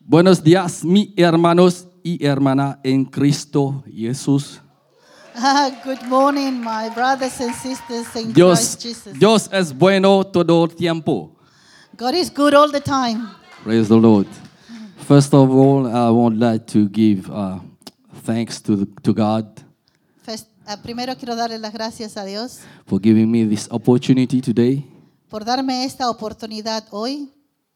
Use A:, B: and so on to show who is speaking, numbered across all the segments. A: Buenos días, mis hermanos y hermana en Cristo Jesús.
B: Ah, Good morning, my brothers and sisters in
A: Dios,
B: Christ Jesus.
A: Dios es bueno todo el tiempo.
B: God is good all the time.
A: Praise the Lord. First of all, I would like to give uh, thanks to, the- to God
B: First- ah, primero quiero darle las gracias a Dios
A: for giving me this opportunity today.
B: por darme esta oportunidad hoy.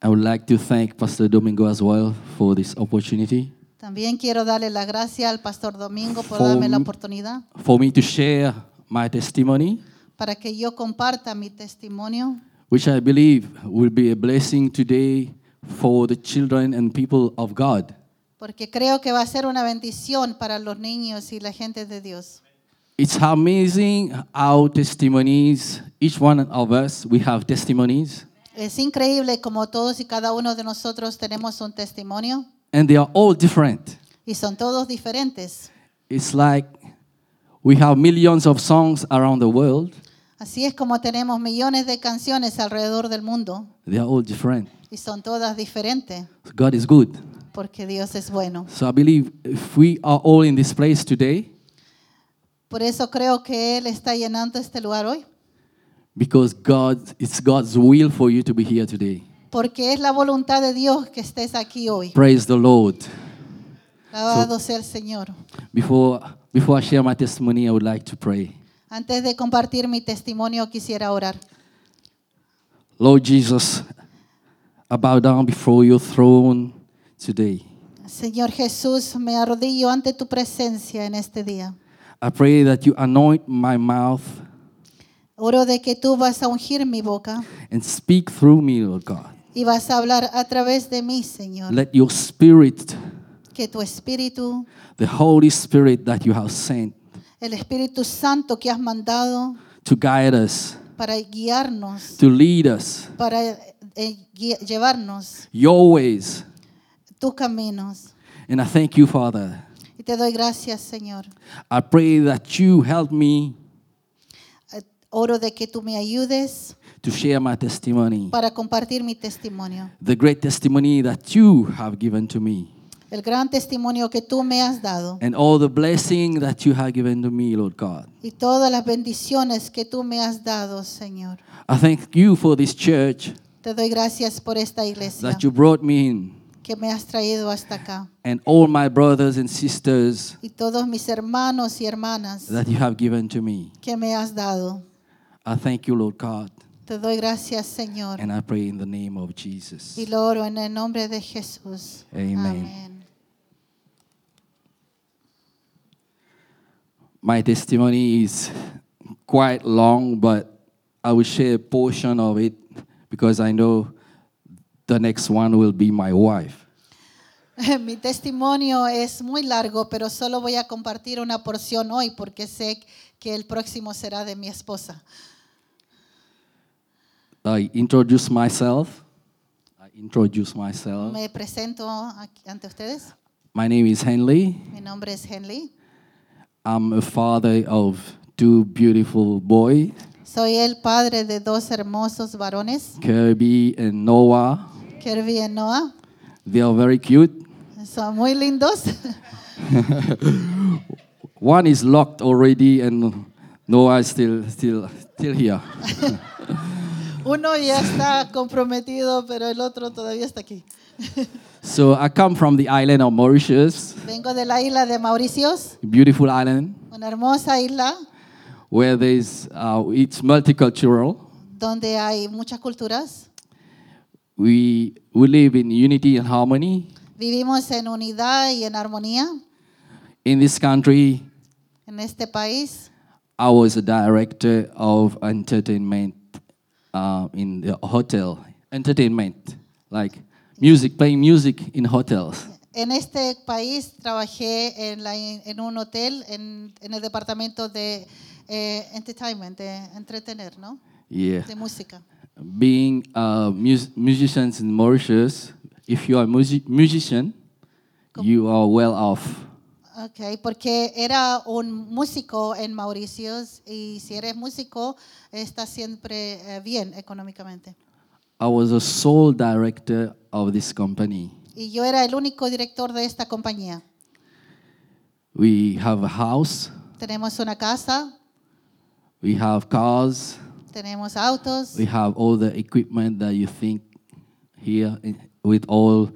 A: I would like to thank Pastor Domingo as well for this opportunity,
B: También quiero darle las gracias al Pastor Domingo por
A: For
B: darme la
A: me-
B: oportunidad
A: for me to share my testimony,
B: para que yo comparta mi testimonio,
A: which I believe will be a blessing today for the children and people of God.
B: porque creo que va a ser una bendición para los niños y la gente de Dios.
A: It's amazing how testimonies, each one of us, we have testimonies,
B: Es increíble como todos y cada uno de nosotros tenemos un testimonio
A: and they are all different.
B: y son todos diferentes.
A: It's like we have millions of songs around the world,
B: Así es como tenemos millones de canciones alrededor del mundo
A: they are all different.
B: y son todas diferentes
A: God is good.
B: porque Dios es bueno.
A: So I believe if we are all in this place today,
B: Por eso creo que Él está llenando este lugar hoy,
A: because God, it's God's will for you to be here today.
B: porque es la voluntad de Dios que estés aquí hoy.
A: Praise the Lord.
B: Alabado sea el Señor.
A: Before, before I share my testimony, I would like to pray.
B: Antes de compartir mi testimonio quisiera orar.
A: Lord Jesus, I bow down before your throne today.
B: Señor Jesús, me arrodillo ante tu presencia en este día.
A: I pray that you anoint my mouth
B: Oro de que tú vas a ungir mi boca
A: and speak through me, Lord God.
B: y vas a hablar a través de mí, Señor.
A: Let your spirit,
B: Que tu espíritu,
A: the Holy Spirit that you have sent
B: el Espíritu Santo que has mandado,
A: to guide us,
B: para guiarnos,
A: to lead us,
B: para eh, gui- llevarnos
A: your ways.
B: tus caminos.
A: And I thank you, Father.
B: Y te doy gracias, Señor.
A: I pray that you help me
B: Eh, Oro de que tú me ayudes
A: to share my testimony,
B: para compartir mi testimonio,
A: the great testimony that you have given to me,
B: el gran testimonio que tú me has dado
A: and all the blessing that you have given to me, Lord God.
B: y todas las bendiciones que tú me has dado, Señor.
A: I thank you for this church
B: Te doy gracias por esta iglesia
A: that you brought me in,
B: que me has traído hasta acá
A: and all my brothers and sisters
B: y todos mis hermanos y hermanas
A: that you have given to me.
B: que me has dado.
A: I thank you, Lord God,
B: Te doy gracias, Señor.
A: and I pray in the name of Jesus.
B: Y lo oro en el nombre de Jesús.
A: Amen.
B: Amén.
A: My testimony is quite long, but I will share a portion of it because I know the next one will be my wife.
B: Mi testimonio es muy largo, pero solo voy a compartir una porción hoy porque sé que el próximo será de mi esposa.
A: I introduce myself. I introduce myself.
B: Me presento aquí ante ustedes.
A: My name is Henley.
B: Mi nombre es Henley.
A: I'm a father of two beautiful boys,
B: Soy el padre de dos hermosos varones,
A: Kirby and Noah.
B: Kirby y Noah.
A: They are very cute.
B: Son muy lindos.
A: One is locked already, and Noah is still still still here.
B: Uno ya está comprometido, pero el otro todavía está aquí.
A: so I come from the island of Mauritius,
B: Vengo de la isla de Mauricios,
A: beautiful island
B: una hermosa isla
A: where there's uh, it's multicultural.
B: donde hay muchas culturas.
A: We we live in unity and harmony.
B: Vivimos en unidad y en armonía
A: In this country,
B: en este país.
A: I was a director of entertainment uh, in the hotel. Entertainment, like music, playing music in hotels.
B: En este país trabajé en, la- en un hotel, en, en el departamento de eh, entertainment, de entretener, ¿no?
A: Yeah.
B: De música.
A: Being uh, mus- musicians in Mauritius, if you are a musi- musician, you are well off.
B: Ok, porque era un músico en Mauricios y si eres músico, estás siempre eh, bien económicamente.
A: I was a sole director of this company.
B: y yo era el único director de esta compañía.
A: We have a house,
B: Tenemos una casa,
A: we have cars,
B: tenemos autos,
A: we have all the equipment that you think here in- with all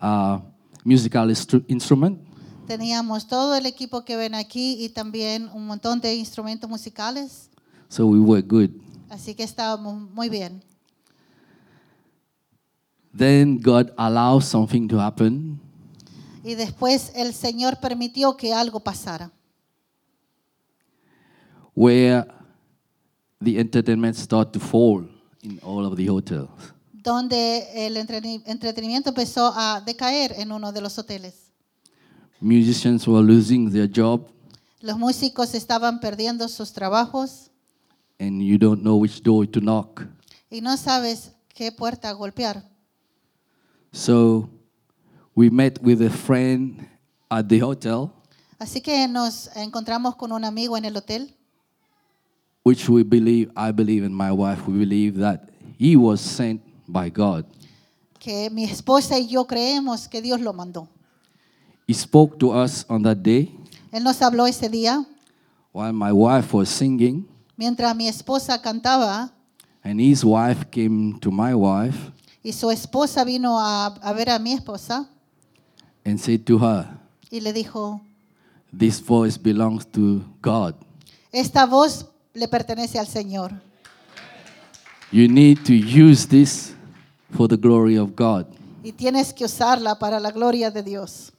A: uh, musical instru- instrument.
B: teníamos todo el equipo que ven aquí y también un montón de instrumentos musicales,
A: So we were good.
B: así que estábamos muy bien.
A: Then God allowed something to happen.
B: Y después el Señor permitió que algo pasara,
A: where the entertainment start to fall in all of the hotels.
B: donde el entreni- entretenimiento empezó a decaer en uno de los hoteles.
A: Musicians were losing their job,
B: Los músicos estaban perdiendo sus trabajos
A: and you don't know which door to knock.
B: y no sabes qué puerta golpear.
A: So we met with a friend at the hotel,
B: Así que nos encontramos con un amigo en el hotel,
A: which we believe, I believe, and my wife, we believe that he was sent by God.
B: que mi esposa y yo creemos que Dios lo mandó.
A: He spoke to us on that day
B: Él nos habló ese día
A: while my wife was singing,
B: mientras mi esposa cantaba
A: and his wife came to my wife
B: y su esposa vino a, a ver a mi esposa
A: and said to her,
B: y le dijo,
A: This voice belongs to God.
B: esta voz le pertenece al Señor.
A: You need to use this for the glory of God.
B: y tienes que usarla para la gloria de Dios.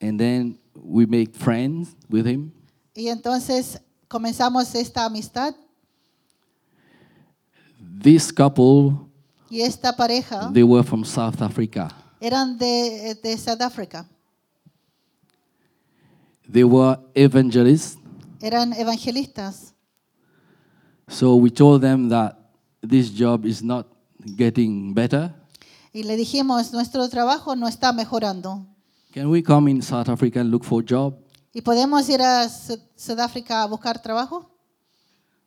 A: And then we make friends with him.
B: Y entonces comenzamos esta amistad
A: This couple,
B: y esta pareja
A: they were from South Africa.
B: eran de, de Sudáfrica,
A: They were evangelists.
B: eran evangelistas.
A: So we told them that this job is not getting better.
B: Y le dijimos, nuestro trabajo no está mejorando.
A: Can we come in South Africa and look for a job?
B: ¿Y podemos ir a Sud- Sudáfrica a buscar trabajo?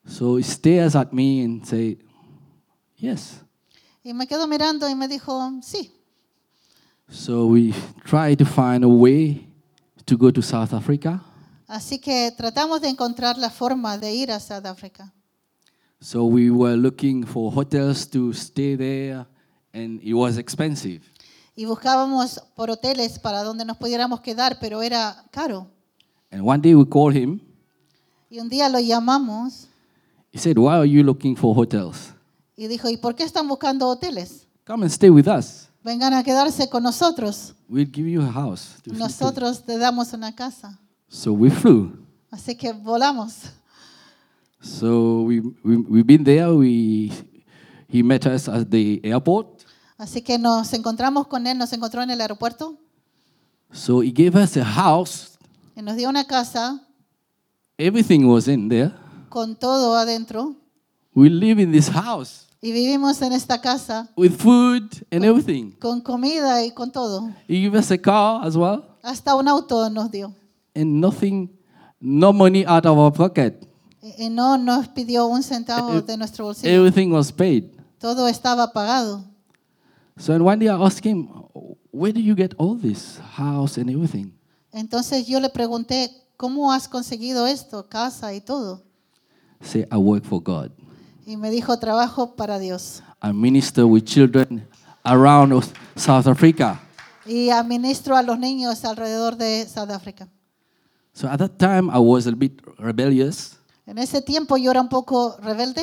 A: So he stares at me and say, yes.
B: Y me quedo mirando y me dijo, sí.
A: So we try to find a way to go to South Africa.
B: Así que tratamos de encontrar la forma de ir a Sudáfrica.
A: So we were looking for hotels to stay there, and it was expensive.
B: Y buscábamos por hoteles para donde nos pudiéramos quedar, pero era caro.
A: And one day we called him.
B: Y un día lo llamamos
A: He said, Why are you looking for hotels?
B: Y dijo, ¿y por qué están buscando hoteles?
A: Come and stay with us.
B: Vengan a quedarse con nosotros.
A: We'll give you a house. to-
B: Nosotros te damos una casa.
A: So we flew.
B: Así que volamos.
A: So we, we, we've been there. We, he met us at the airport.
B: Así que nos encontramos con él, nos encontró en el aeropuerto
A: So he gave us a house.
B: y nos dio una casa
A: Everything was in there.
B: con todo adentro.
A: We live in this house
B: Y vivimos en esta casa
A: with food and everything.
B: con comida y con todo.
A: He gave us a car as well.
B: Hasta un auto nos dio.
A: and nothing, no money out of our pocket.
B: Y y no nos pidió un centavo de nuestro bolsillo.
A: Everything was paid.
B: Todo estaba pagado.
A: So and one day I asked him, where do you get all this house and everything?
B: Entonces yo le pregunté, ¿cómo has conseguido esto? Casa y todo.
A: Say, I work for God.
B: Y me dijo, trabajo para Dios.
A: I minister with children around us- South Africa.
B: Y administro a los niños alrededor de Sudáfrica.
A: So at that time I was a bit rebellious.
B: En ese tiempo yo era un poco rebelde,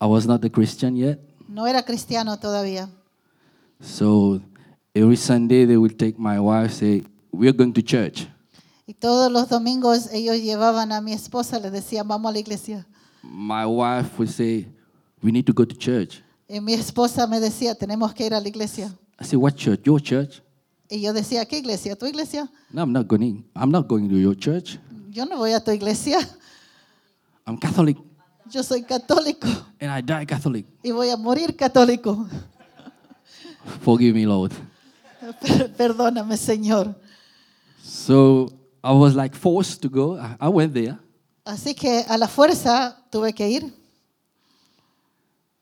A: I was not a Christian yet.
B: no era cristiano todavía.
A: So every Sunday they would take my wife, say, we're going to church.
B: Y todos los domingos ellos llevaban a mi esposa, le decían, vamos a la iglesia.
A: My wife would say, we need to go to church.
B: Y mi esposa me decía, tenemos que ir a la iglesia.
A: I say, what church? Your church?
B: Y yo decía, ¿qué iglesia? ¿Tu iglesia?
A: No, I'm not going. I'm not going to your church.
B: Yo no voy a tu iglesia,
A: I'm Catholic,
B: yo soy católico
A: and I die Catholic.
B: y voy a morir católico.
A: Forgive me, Lord.
B: Per- Perdóname, Señor.
A: So I was like forced to go. I- I went there.
B: Así que a la fuerza tuve que ir.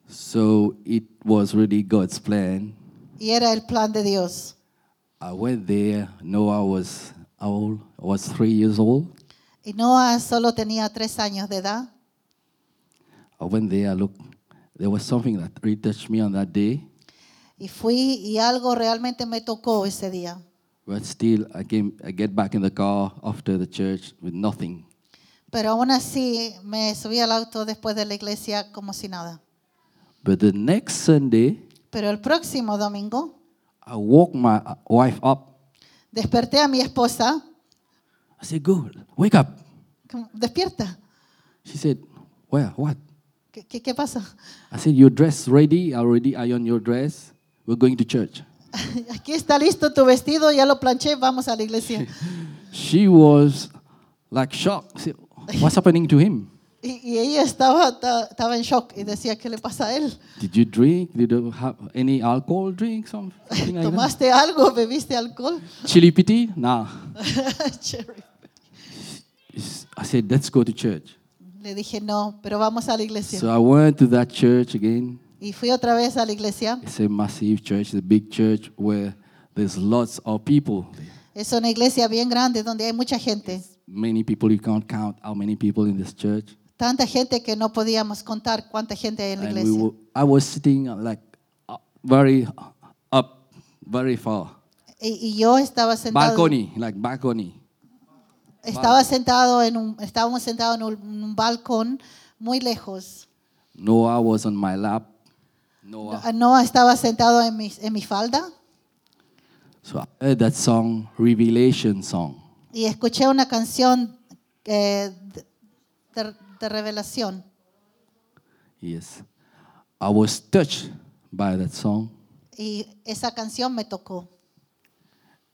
A: So it was really God's plan
B: Y era el plan de Dios.
A: I went there. Noah was how old? I was three years old.
B: Y Noah solo tenía tres años de edad.
A: I went there. I looked. There was something that really touched me on that day.
B: Y fui y algo realmente me tocó ese día.
A: But still, I came. I get back in the car after the church with nothing.
B: Pero aún así me subí al auto después de la iglesia como si nada.
A: But the next Sunday,
B: Pero el próximo domingo
A: I woke my uh, wife up.
B: desperté a mi esposa.
A: I said, "Go, wake up."
B: Como, Despierta.
A: She said, "Where? What?"
B: ¿Qué, qué, qué pasa?
A: I said, "Your dress ready? I already ironed your dress. We're going to church."
B: Aquí está listo tu vestido, ya lo planché, vamos a la iglesia.
A: She was like shocked. She said, What's happening to him?
B: Y, y ella estaba, ta- estaba en shock y decía, ¿qué le pasa a él?
A: Did you drink? Did you have any alcohol drink? Some- Something like that?
B: ¿Tomaste algo? ¿Bebiste alcohol?
A: Chili pity? Nah.
B: Cherry.
A: It's- I said, let's go to church.
B: Le dije, no, pero vamos a la iglesia.
A: So I went to that church again.
B: Y fui otra vez a la iglesia.
A: It's a massive church, the big church where there's lots of people.
B: Es una iglesia bien grande donde hay mucha gente.
A: Many people, you can't count how many people in this church.
B: Tanta gente que no podíamos contar cuánta gente hay en la
A: And we
B: iglesia.
A: were, I was sitting uh, like up- very uh, up, very far.
B: Y, y yo estaba sentado.
A: Balcony, like balcony.
B: Estaba sentado en un, estábamos sentados en un, en un balcón muy lejos.
A: Noah was on my lap. Noah.
B: Noah estaba sentado en mi, en mi falda
A: So I heard that song, Revelation song.
B: y escuché una canción eh, de- de, de revelación.
A: Yes. I was touched by that song.
B: Y esa canción me tocó.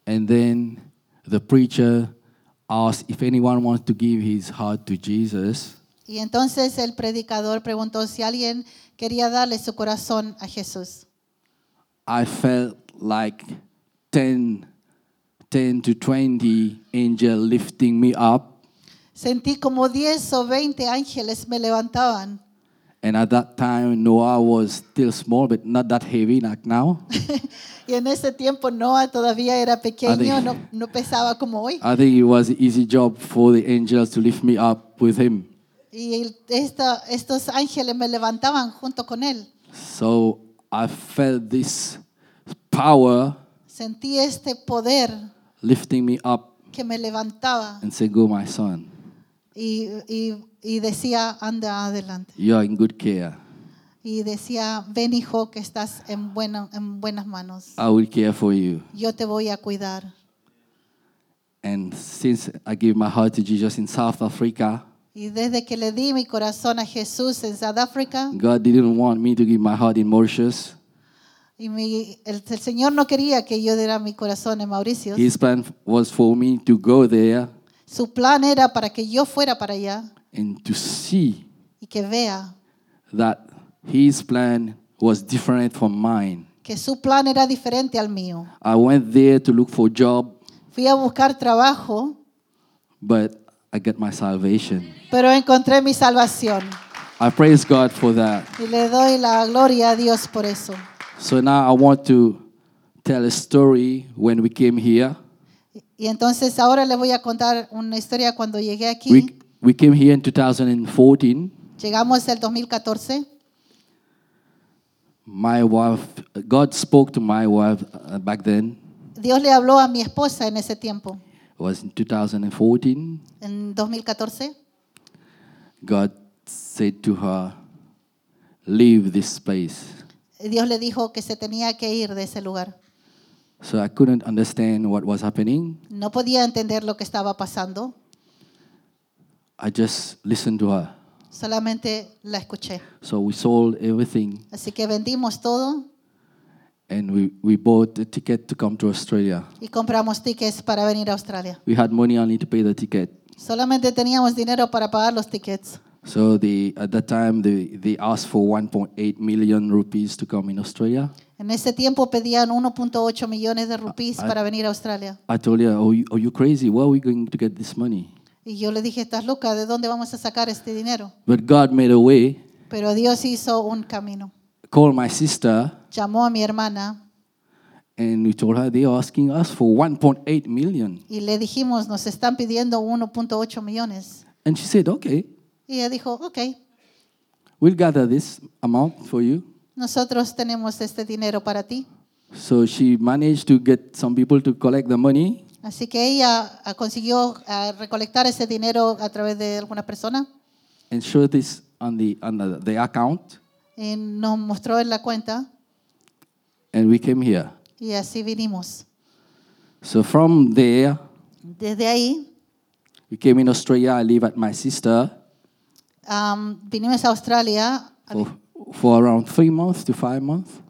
A: And then the preacher asked if anyone wants to give his heart to Jesus.
B: Y entonces el predicador preguntó si alguien quería darle su corazón a Jesús.
A: I felt like 10, 10 to 20 angel lifting me up.
B: Sentí como 10 o 20 ángeles me levantaban.
A: And at that time, Noah was still small, but not that heavy like now.
B: Y en ese tiempo Noah todavía era pequeño,
A: Adi-
B: no, no pesaba como hoy.
A: I think it was an easy job for the angels to lift me up with him.
B: Y el- esta- estos ángeles me levantaban junto con él.
A: So I felt this power
B: Sentí este poder
A: lifting me up
B: que me levantaba
A: and say, Go, my son,
B: y, y- y decía, anda adelante.
A: you are in good care.
B: Y decía, ven hijo que estás en, buena- en buenas manos.
A: I will care for you.
B: Yo te voy a cuidar.
A: And since I gave my heart to Jesus in South Africa,
B: Y desde que le di mi corazón a Jesús en Sudáfrica,
A: God didn't want me to give my heart in Mauritius.
B: y mi- el, el Señor no quería que yo diera mi corazón en Mauricio.
A: His plan was for me to go there
B: Su plan era para que yo fuera para allá
A: and to see
B: y que vea
A: that His plan was different from mine.
B: que su plan era diferente al mío.
A: I went there to look for a job,
B: Fui a buscar trabajo,
A: but I got my salvation.
B: pero encontré mi salvación.
A: I praise God for that.
B: Y le doy la gloria a Dios por eso.
A: So now I want to tell a story when we came here.
B: Y- Y entonces ahora les voy a contar una historia cuando llegué aquí.
A: We, we came here in 2014.
B: Llegamos el 2014.
A: My wife, God spoke to my wife uh, back then.
B: Dios le habló a mi esposa en ese tiempo,
A: It was in 2014.
B: en 2014.
A: God said to her, Leave this place.
B: Dios le dijo que se tenía que ir de ese lugar.
A: So I couldn't understand what was happening.
B: No podía entender lo que estaba pasando,
A: I just listened to her.
B: solamente la escuché.
A: So we sold everything
B: Así que vendimos todo
A: and we, we bought a ticket to come to Australia.
B: y compramos tickets para venir a Australia.
A: We had money only to pay the ticket.
B: Solamente teníamos dinero para pagar los tickets.
A: So the, at that time, they, they asked for 1.8 million rupees to come in Australia.
B: En ese tiempo pedían 1.8 millones de rupees para venir a Australia.
A: I told her, oh, you, are you crazy? Where are we going to get this money?
B: Y yo le dije, estás loca, ¿de dónde vamos a sacar este dinero?
A: But God made a way,
B: Pero Dios hizo un camino.
A: called my sister,
B: Llamó a mi hermana
A: And we told her they're asking us for 1.8 million.
B: Y le dijimos, nos están pidiendo 1.8 millones.
A: And she said, okay,
B: Y ella dijo, ok,
A: we'll gather this amount for you.
B: nosotros tenemos este dinero para ti.
A: So she managed to get some people to collect the money.
B: Así que ella ah, consiguió ah, recolectar ese dinero a través de alguna persona.
A: and show this on the on the, the account
B: Y nos mostró en la cuenta
A: and we came here
B: y así vinimos.
A: so from there
B: Desde ahí
A: we came in australia i live at my sister
B: am, vinimos a Australia
A: for, for around three months to five months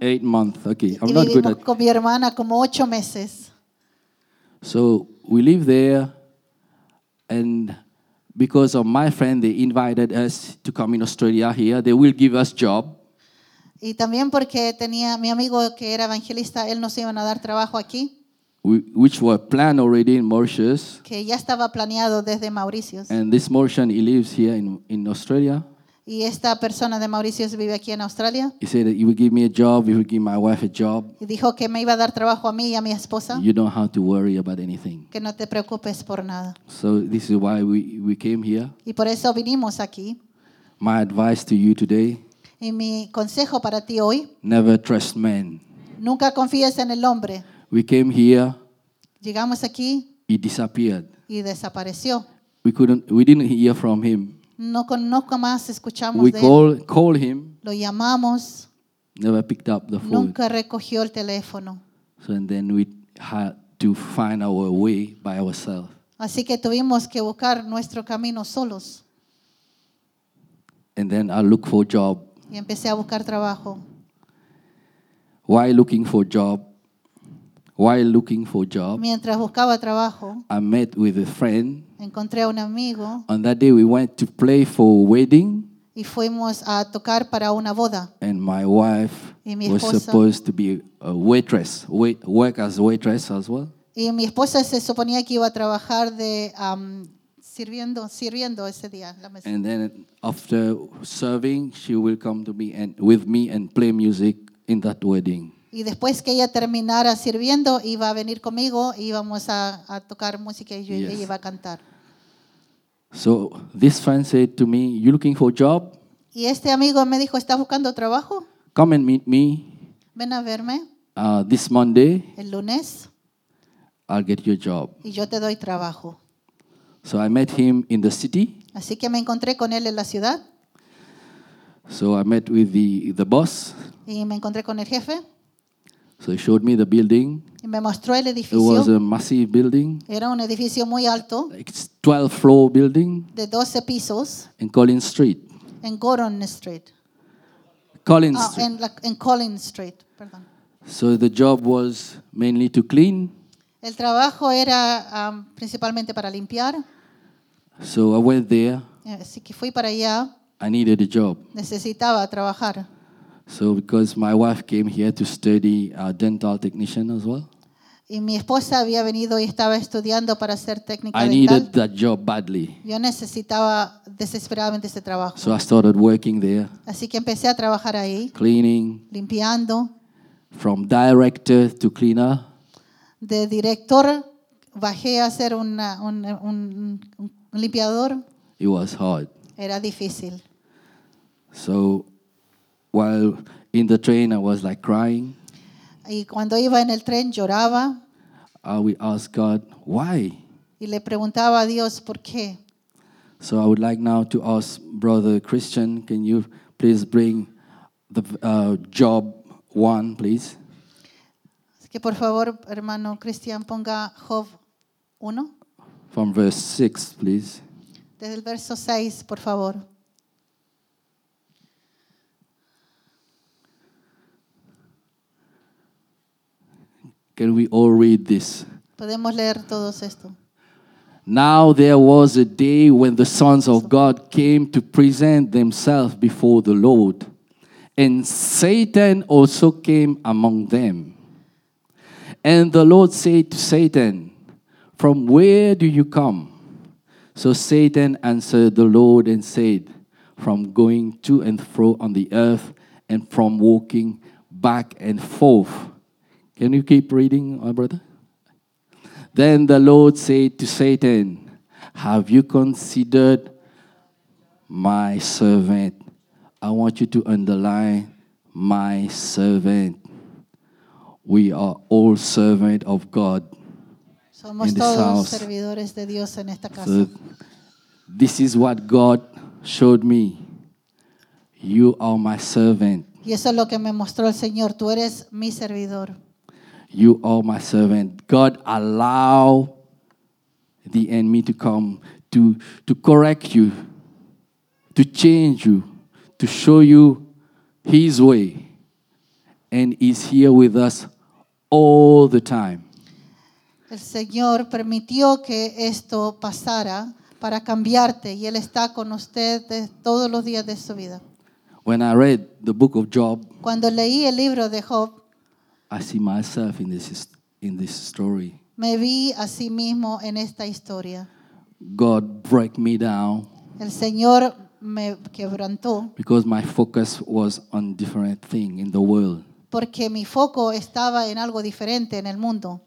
A: eight months okay i'm
B: y
A: not good
B: vivimos
A: at
B: con mi hermana como ocho meses.
A: so we live there and because of my friend they invited us to come in australia here they will give us job
B: Y también porque tenía mi amigo que era evangelista, él nos iban a dar trabajo aquí,
A: whi- which were planned already in mauritius
B: que ya estaba planeado desde Mauricio.
A: and this mauritian he lives here in, in australia
B: Y esta persona de Mauricio vive aquí en Australia
A: he said you will give me a job you will give my wife a job
B: y dijo que me iba a dar trabajo a mí y a mi esposa,
A: You don't have to worry about anything.
B: que no te preocupes por nada.
A: So this is why we, we came here.
B: Y por eso vinimos aquí.
A: My advice to you today,
B: Y mi consejo para ti hoy,
A: never trust men.
B: nunca confíes en el hombre.
A: We came here,
B: Llegamos aquí
A: he disappeared.
B: y desapareció.
A: We couldn't we didn't hear from him.
B: No, con- nunca más escuchamos
A: We
B: de él.
A: call call him,
B: Lo llamamos,
A: never picked up the phone.
B: nunca recogió el teléfono.
A: So and then we had to find our way by ourselves.
B: Así que tuvimos que buscar nuestro camino solos.
A: And then I look for job.
B: Y empecé a buscar trabajo.
A: Why looking for job? Why looking for job?
B: Mientras buscaba trabajo,
A: I met with a friend.
B: encontré a un amigo
A: On that day we went to play for wedding.
B: y fuimos a tocar para una boda.
A: and my wife
B: Y mi
A: was
B: esposa.
A: supposed to be a waitress, wait, work as waitress as well.
B: Y mi esposa se suponía que iba a trabajar de am, sirviendo, sirviendo ese día en la mesa.
A: And then after serving, she will come to me and with me and play music in that wedding.
B: Y después que ella terminara sirviendo, iba a venir conmigo y íbamos a, a tocar música y yo
A: Yes.
B: ella iba a cantar.
A: So this friend said to me, "You looking for a job?
B: Y este amigo me dijo, ¿estás buscando trabajo?
A: Come and meet me
B: Ven a verme
A: uh, this Monday.
B: el lunes
A: I'll get you a job."
B: y yo te doy trabajo.
A: So I met him in the city.
B: Así que me encontré con él en la ciudad
A: So I met with the the boss.
B: y me encontré con el jefe
A: So he showed me the building.
B: y me mostró el
A: It was
B: edificio.
A: a massive building.
B: Era un edificio muy alto,
A: It's 12 floor building
B: de 12 pisos,
A: in Collins Street.
B: en Gordon Street.
A: Collins.
B: Ah,
A: Street.
B: en, la- en Collins Street, perdón.
A: So the job was mainly to clean.
B: El trabajo era am, principalmente para limpiar,
A: So I went there.
B: eh, así que fui para allá.
A: I needed a job.
B: necesitaba trabajar.
A: So because my wife came here to study uh, dental technician as well,
B: Y mi esposa había venido y estaba estudiando para ser técnica
A: I
B: dental.
A: needed that job badly.
B: Yo necesitaba desesperadamente ese trabajo.
A: So I started working there,
B: Así que empecé a trabajar ahí,
A: cleaning
B: limpiando,
A: from director to cleaner.
B: de director. Bajé a ser una- un, un- un- un limpiador.
A: It was hard.
B: Era difícil.
A: So while in the train, I was like crying.
B: Y cuando iba en el tren lloraba
A: I would ask Uh, God, why?
B: y le preguntaba a Dios por qué.
A: So I would like now to ask Brother Christian, can you please bring the uh, job one, please?
B: Así que por favor, hermano Cristian, ponga Job 1,
A: From verse 6, please.
B: desde el verso 6, por favor.
A: Can we all read this?
B: Podemos leer todos esto.
A: Now there was a day when the sons of God came to present themselves before the Lord, and Satan also came among them. And the Lord said to Satan, From where do you come? So Satan answered the Lord and said, From going to and fro on the earth, and from walking back and forth. Can you keep reading, my brother? Then the Lord said to Satan, Have you considered my servant? I want you to underline my servant. We are all servant of God.
B: Somos
A: In this
B: todos
A: house.
B: servidores de Dios en esta casa.
A: So this is what God showed me. You are my servant.
B: Y eso es lo que me mostró el Señor. Tú eres mi servidor.
A: You are my servant. God allow the enemy to come to, to correct you, to change you, to show you his way. And he's here with us all the time.
B: El Señor permitió que esto pasara para cambiarte y Él está con usted de- todos los días de su vida.
A: When I read the book of Job,
B: Cuando leí el libro de Job,
A: I see myself in this, his- in this story.
B: me vi a sí mismo en esta historia.
A: God break me down
B: El Señor me quebrantó
A: because my focus was on different thing in the world.
B: porque mi foco estaba en algo diferente en el mundo.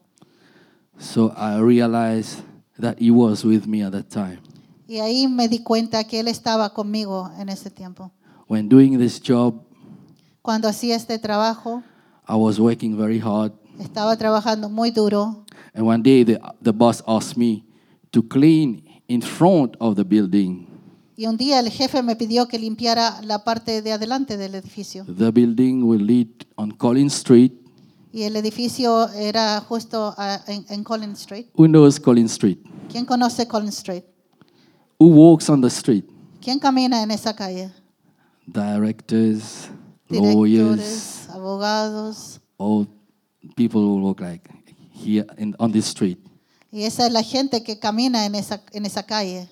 A: So I realized that he was with me at that time.
B: Y ahí me di cuenta que Él estaba conmigo en ese tiempo.
A: When doing this job,
B: Cuando hacía este trabajo,
A: I was working very hard.
B: estaba trabajando muy duro
A: And one day the, the boss asked me to clean in front of the building.
B: y un día el jefe me pidió que limpiara la parte de adelante del edificio.
A: The building will lead on Collins Street.
B: Y el edificio era justo ah, en, en Collins Street.
A: Who knows Collins Street?
B: ¿Quién conoce Collins Street?
A: Who walks on the street?
B: ¿Quién camina en esa calle?
A: Directors, lawyers,
B: Directores, abogados.
A: all people who walk like here in, on this street.
B: Y esa es la gente que camina en esa, en esa calle.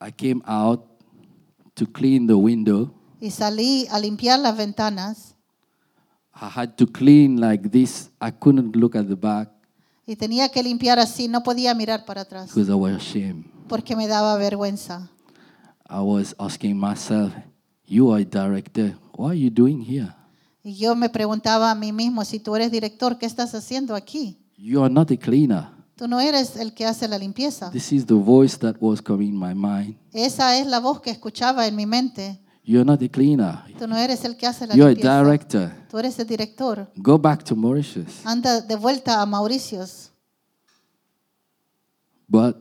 A: I came out to clean the window.
B: Y salí a limpiar las ventanas
A: I had to clean like this. I couldn't look at the back
B: y tenía que limpiar así, no podía mirar para atrás
A: because I was ashamed.
B: porque me daba vergüenza.
A: I was asking myself, You are a director. What are you doing here?
B: Y yo me preguntaba a mí mismo, si tú eres director, ¿qué estás haciendo aquí?
A: You are not a cleaner.
B: Tú no eres el que hace la limpieza.
A: This is the voice that was coming in my mind.
B: Esa es la voz que escuchaba en mi mente.
A: You're not a cleaner.
B: Tú no eres el que hace la
A: You're a
B: limpieza.
A: director.
B: Tú eres el director.
A: Go back to Mauritius.
B: Anda de vuelta a Mauricios.
A: But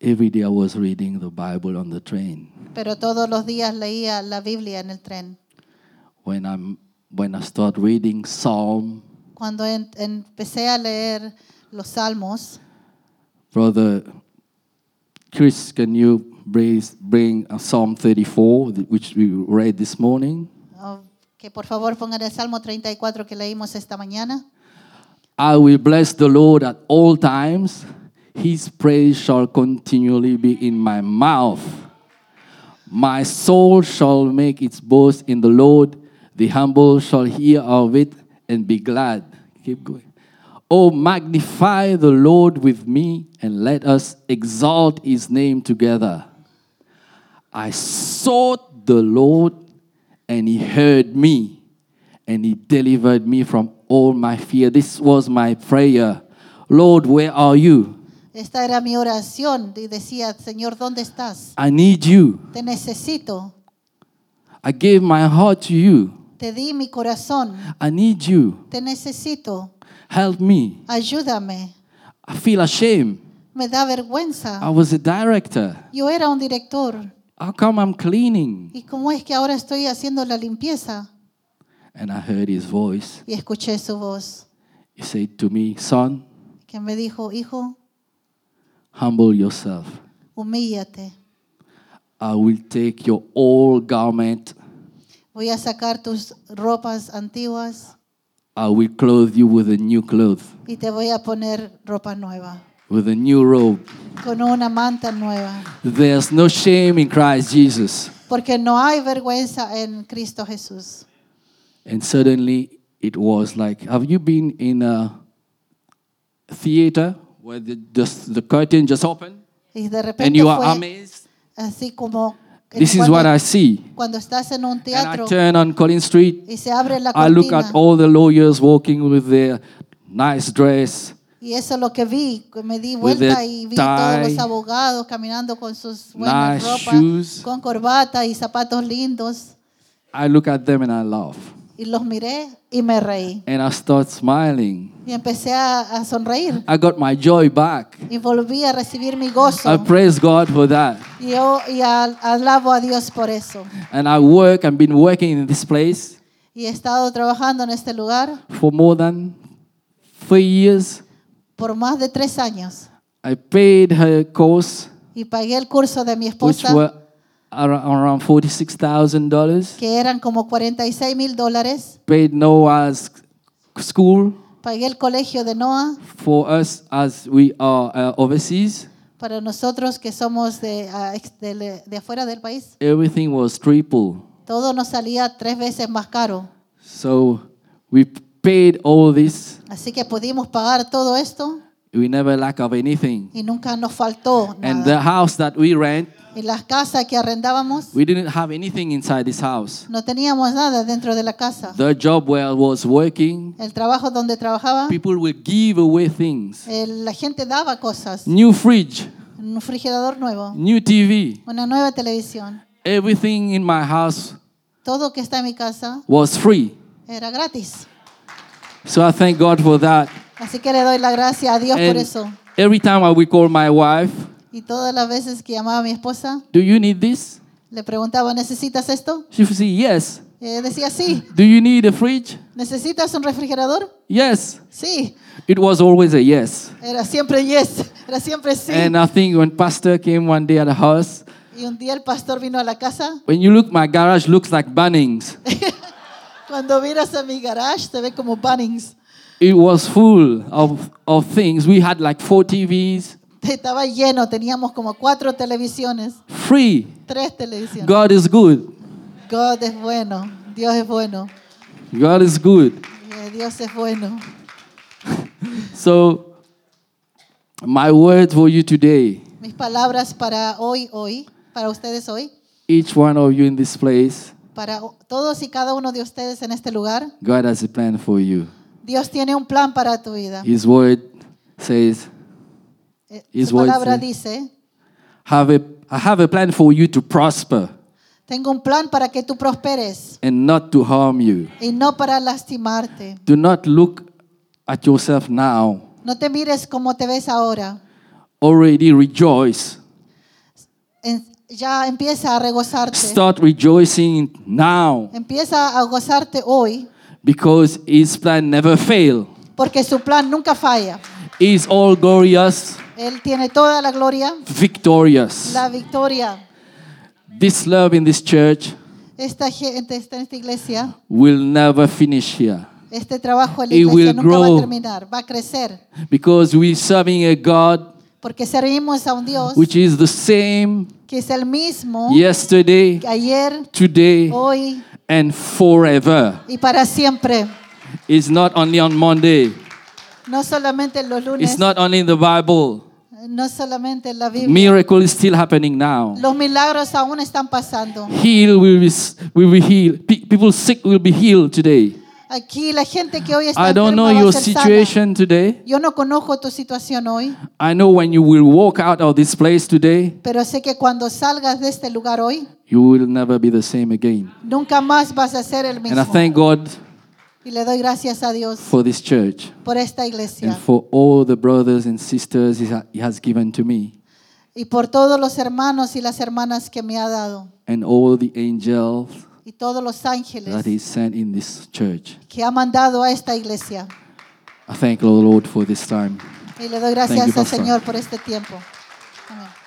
A: every day I was reading the Bible on the train.
B: Pero todos los días leía la Biblia en el tren.
A: When I'm when I start reading Psalm,
B: Cuando en- empecé a leer los salmos,
A: Brother Chris, can you bring, bring uh, Psalm 34, th- which we read this morning?
B: oh, que por favor pongan el Salmo 34 que leímos esta mañana.
A: I will bless the Lord at all times. His praise shall continually be in my mouth. My soul shall make its boast in the Lord. The humble shall hear of it and be glad. Keep going. Oh, magnify the Lord with me and let us exalt his name together. I sought the Lord and he heard me and he delivered me from all my fear. This was my prayer. Lord, where are you?
B: Esta era mi oración y decía, Señor, ¿dónde estás?
A: I need you.
B: Te necesito.
A: I gave my heart to you.
B: Te di mi corazón.
A: I need you.
B: Te necesito.
A: Help me.
B: Ayúdame.
A: I feel ashamed.
B: Me da
A: I
B: vergüenza.
A: was a director.
B: Yo era un director.
A: How come I'm cleaning?
B: ¿Y cómo es que ahora estoy haciendo la limpieza?
A: And I heard his voice.
B: Y escuché su voz
A: He said to me, Son,
B: que me dijo, hijo,
A: humble yourself.
B: humíllate.
A: I will take your old garment.
B: Voy a sacar tus ropas antiguas
A: I will clothe you with a new cloth,
B: y te voy a poner ropa nueva,
A: with a new robe.
B: con una manta nueva.
A: There's no shame in Christ Jesus.
B: Porque no hay vergüenza en Cristo Jesús.
A: And suddenly it was like, have you been in a theater where the, just, the curtain just opened
B: Y de
A: and
B: repente
A: you are
B: fue
A: amazed?
B: así como
A: This is
B: cuando-
A: what I see.
B: Cuando estás en un
A: And I
B: teatro
A: turn on Collins Street.
B: y se abre la
A: I look
B: cortina
A: at all the lawyers walking with their nice dress.
B: y eso es lo que vi, que me di
A: with
B: vuelta
A: their
B: y vi todos
A: tie,
B: los abogados caminando con sus buenas
A: nice
B: ropas,
A: shoes.
B: con corbata y zapatos lindos
A: I look at them and I laugh.
B: y los miré y me reí
A: And I start smiling.
B: y empecé a, a sonreír
A: I got my joy back.
B: y volví a recibir mi gozo
A: I praise God for that.
B: y, yo, y al- alabo a Dios por eso.
A: And I work, I've been working in this place
B: Y he estado trabajando en este lugar
A: for more than three years.
B: por más de tres años
A: I paid her course,
B: y pagué el curso de mi
A: which
B: esposa.
A: were ar- around $46,000.
B: que eran como 46 mil dólares.
A: Paid Noah's school
B: Pagué el colegio de Noah
A: for us as we are uh, overseas.
B: para nosotros que somos de, ah, ex- de le- de afuera del país.
A: Everything was triple.
B: Todo nos salía tres veces más caro.
A: So we paid all this.
B: Así que pudimos pagar todo esto
A: We never lack of anything.
B: y nunca nos faltó
A: And
B: nada.
A: the house that we rent,
B: Y las casas que arrendábamos,
A: we didn't have anything inside this house.
B: no teníamos nada dentro de la casa.
A: The job where I was working,
B: El trabajo donde trabajaba,
A: people will give away things.
B: el- la gente daba cosas.
A: New fridge,
B: Un refrigerador nuevo,
A: new TV.
B: una nueva televisión.
A: Everything in my house
B: Todo que está en mi casa
A: was free.
B: era gratis.
A: So I thank God for that.
B: Así que le doy la gracia a Dios por
A: And
B: eso.
A: every time I would call my wife,
B: Y todas las veces que llamaba a mi esposa,
A: Do you need this?
B: le preguntaba, ¿necesitas esto?
A: She would say, Yes.
B: Eh, decía, sí.
A: Do you need a fridge?
B: ¿Necesitas un refrigerador?
A: Yes.
B: Sí.
A: It was always a yes.
B: Era siempre yes, era siempre sí.
A: And I think when Pastor came one day at the house,
B: Y un día el pastor vino a la casa.
A: when you look, my garage looks like Bunnings.
B: Cuando miras a mi garage, se ve como Bunnings.
A: It was full of, of things. We had like four TVs,
B: Estaba lleno, teníamos como cuatro televisiones,
A: free.
B: tres televisiones.
A: God is good.
B: God es bueno, Dios es bueno,
A: God is good.
B: eh, Dios es bueno.
A: So, my word for you today,
B: Mis palabras para hoy, hoy, para ustedes hoy,
A: each one of you in this place,
B: para o- todos y cada uno de ustedes en este lugar.
A: God has a plan for you.
B: Dios tiene un plan para tu vida.
A: His word says,
B: Eh,
A: His
B: Su
A: word
B: palabra
A: says-
B: dice,
A: have a, I have a plan for you to prosper
B: tengo un plan para que tú prosperes
A: and not to harm you.
B: y no para lastimarte.
A: Do not look at yourself now.
B: No te mires como te ves ahora.
A: Already rejoice.
B: En- ya empieza a regozarte.
A: Start rejoicing now
B: Empieza a gozarte hoy
A: because His plan never fail.
B: porque su plan nunca falla.
A: He's all glorious,
B: Él tiene toda la gloria,
A: victorious.
B: la victoria.
A: This love in this church
B: Esta gente está en esta iglesia.
A: will never finish here
B: Este trabajo en la
A: It
B: iglesia
A: will
B: nunca va
A: grow.
B: a terminar, va a crecer.
A: because we're serving a God
B: Porque servimos a un Dios
A: which is the same
B: que es el mismo
A: yesterday,
B: que ayer,
A: today,
B: hoy
A: and forever.
B: y para siempre.
A: It's not only on Monday.
B: No solamente los
A: It's
B: lunes,
A: not only in the Bible.
B: no solamente en la Biblia.
A: Miracle is still happening now.
B: Los milagros aún están pasando.
A: Heal will be, will be healed. Pe- people sick will be healed today.
B: Aquí la gente que hoy está
A: I don't
B: enferma
A: know
B: va a
A: your
B: ser sana.
A: situation today.
B: Yo no conozco tu situación hoy,
A: I know when you will walk out of this place today,
B: pero sé que cuando salgas de este lugar hoy,
A: you will never be the same again.
B: nunca más vas a ser el
A: And I
B: mismo.
A: thank God
B: Y le doy gracias a Dios
A: for this church
B: por esta
A: and
B: iglesia
A: for all the brothers and sisters He ha- He has given to me
B: y por todos los hermanos y las hermanas que me ha dado
A: and all the angels
B: y todos los
A: that
B: ángeles
A: He sent in this church.
B: que ha mandado a esta iglesia.
A: I thank the Lord for this time.
B: Y le doy gracias
A: you,
B: al
A: Pastor.
B: Señor por este tiempo. Amén.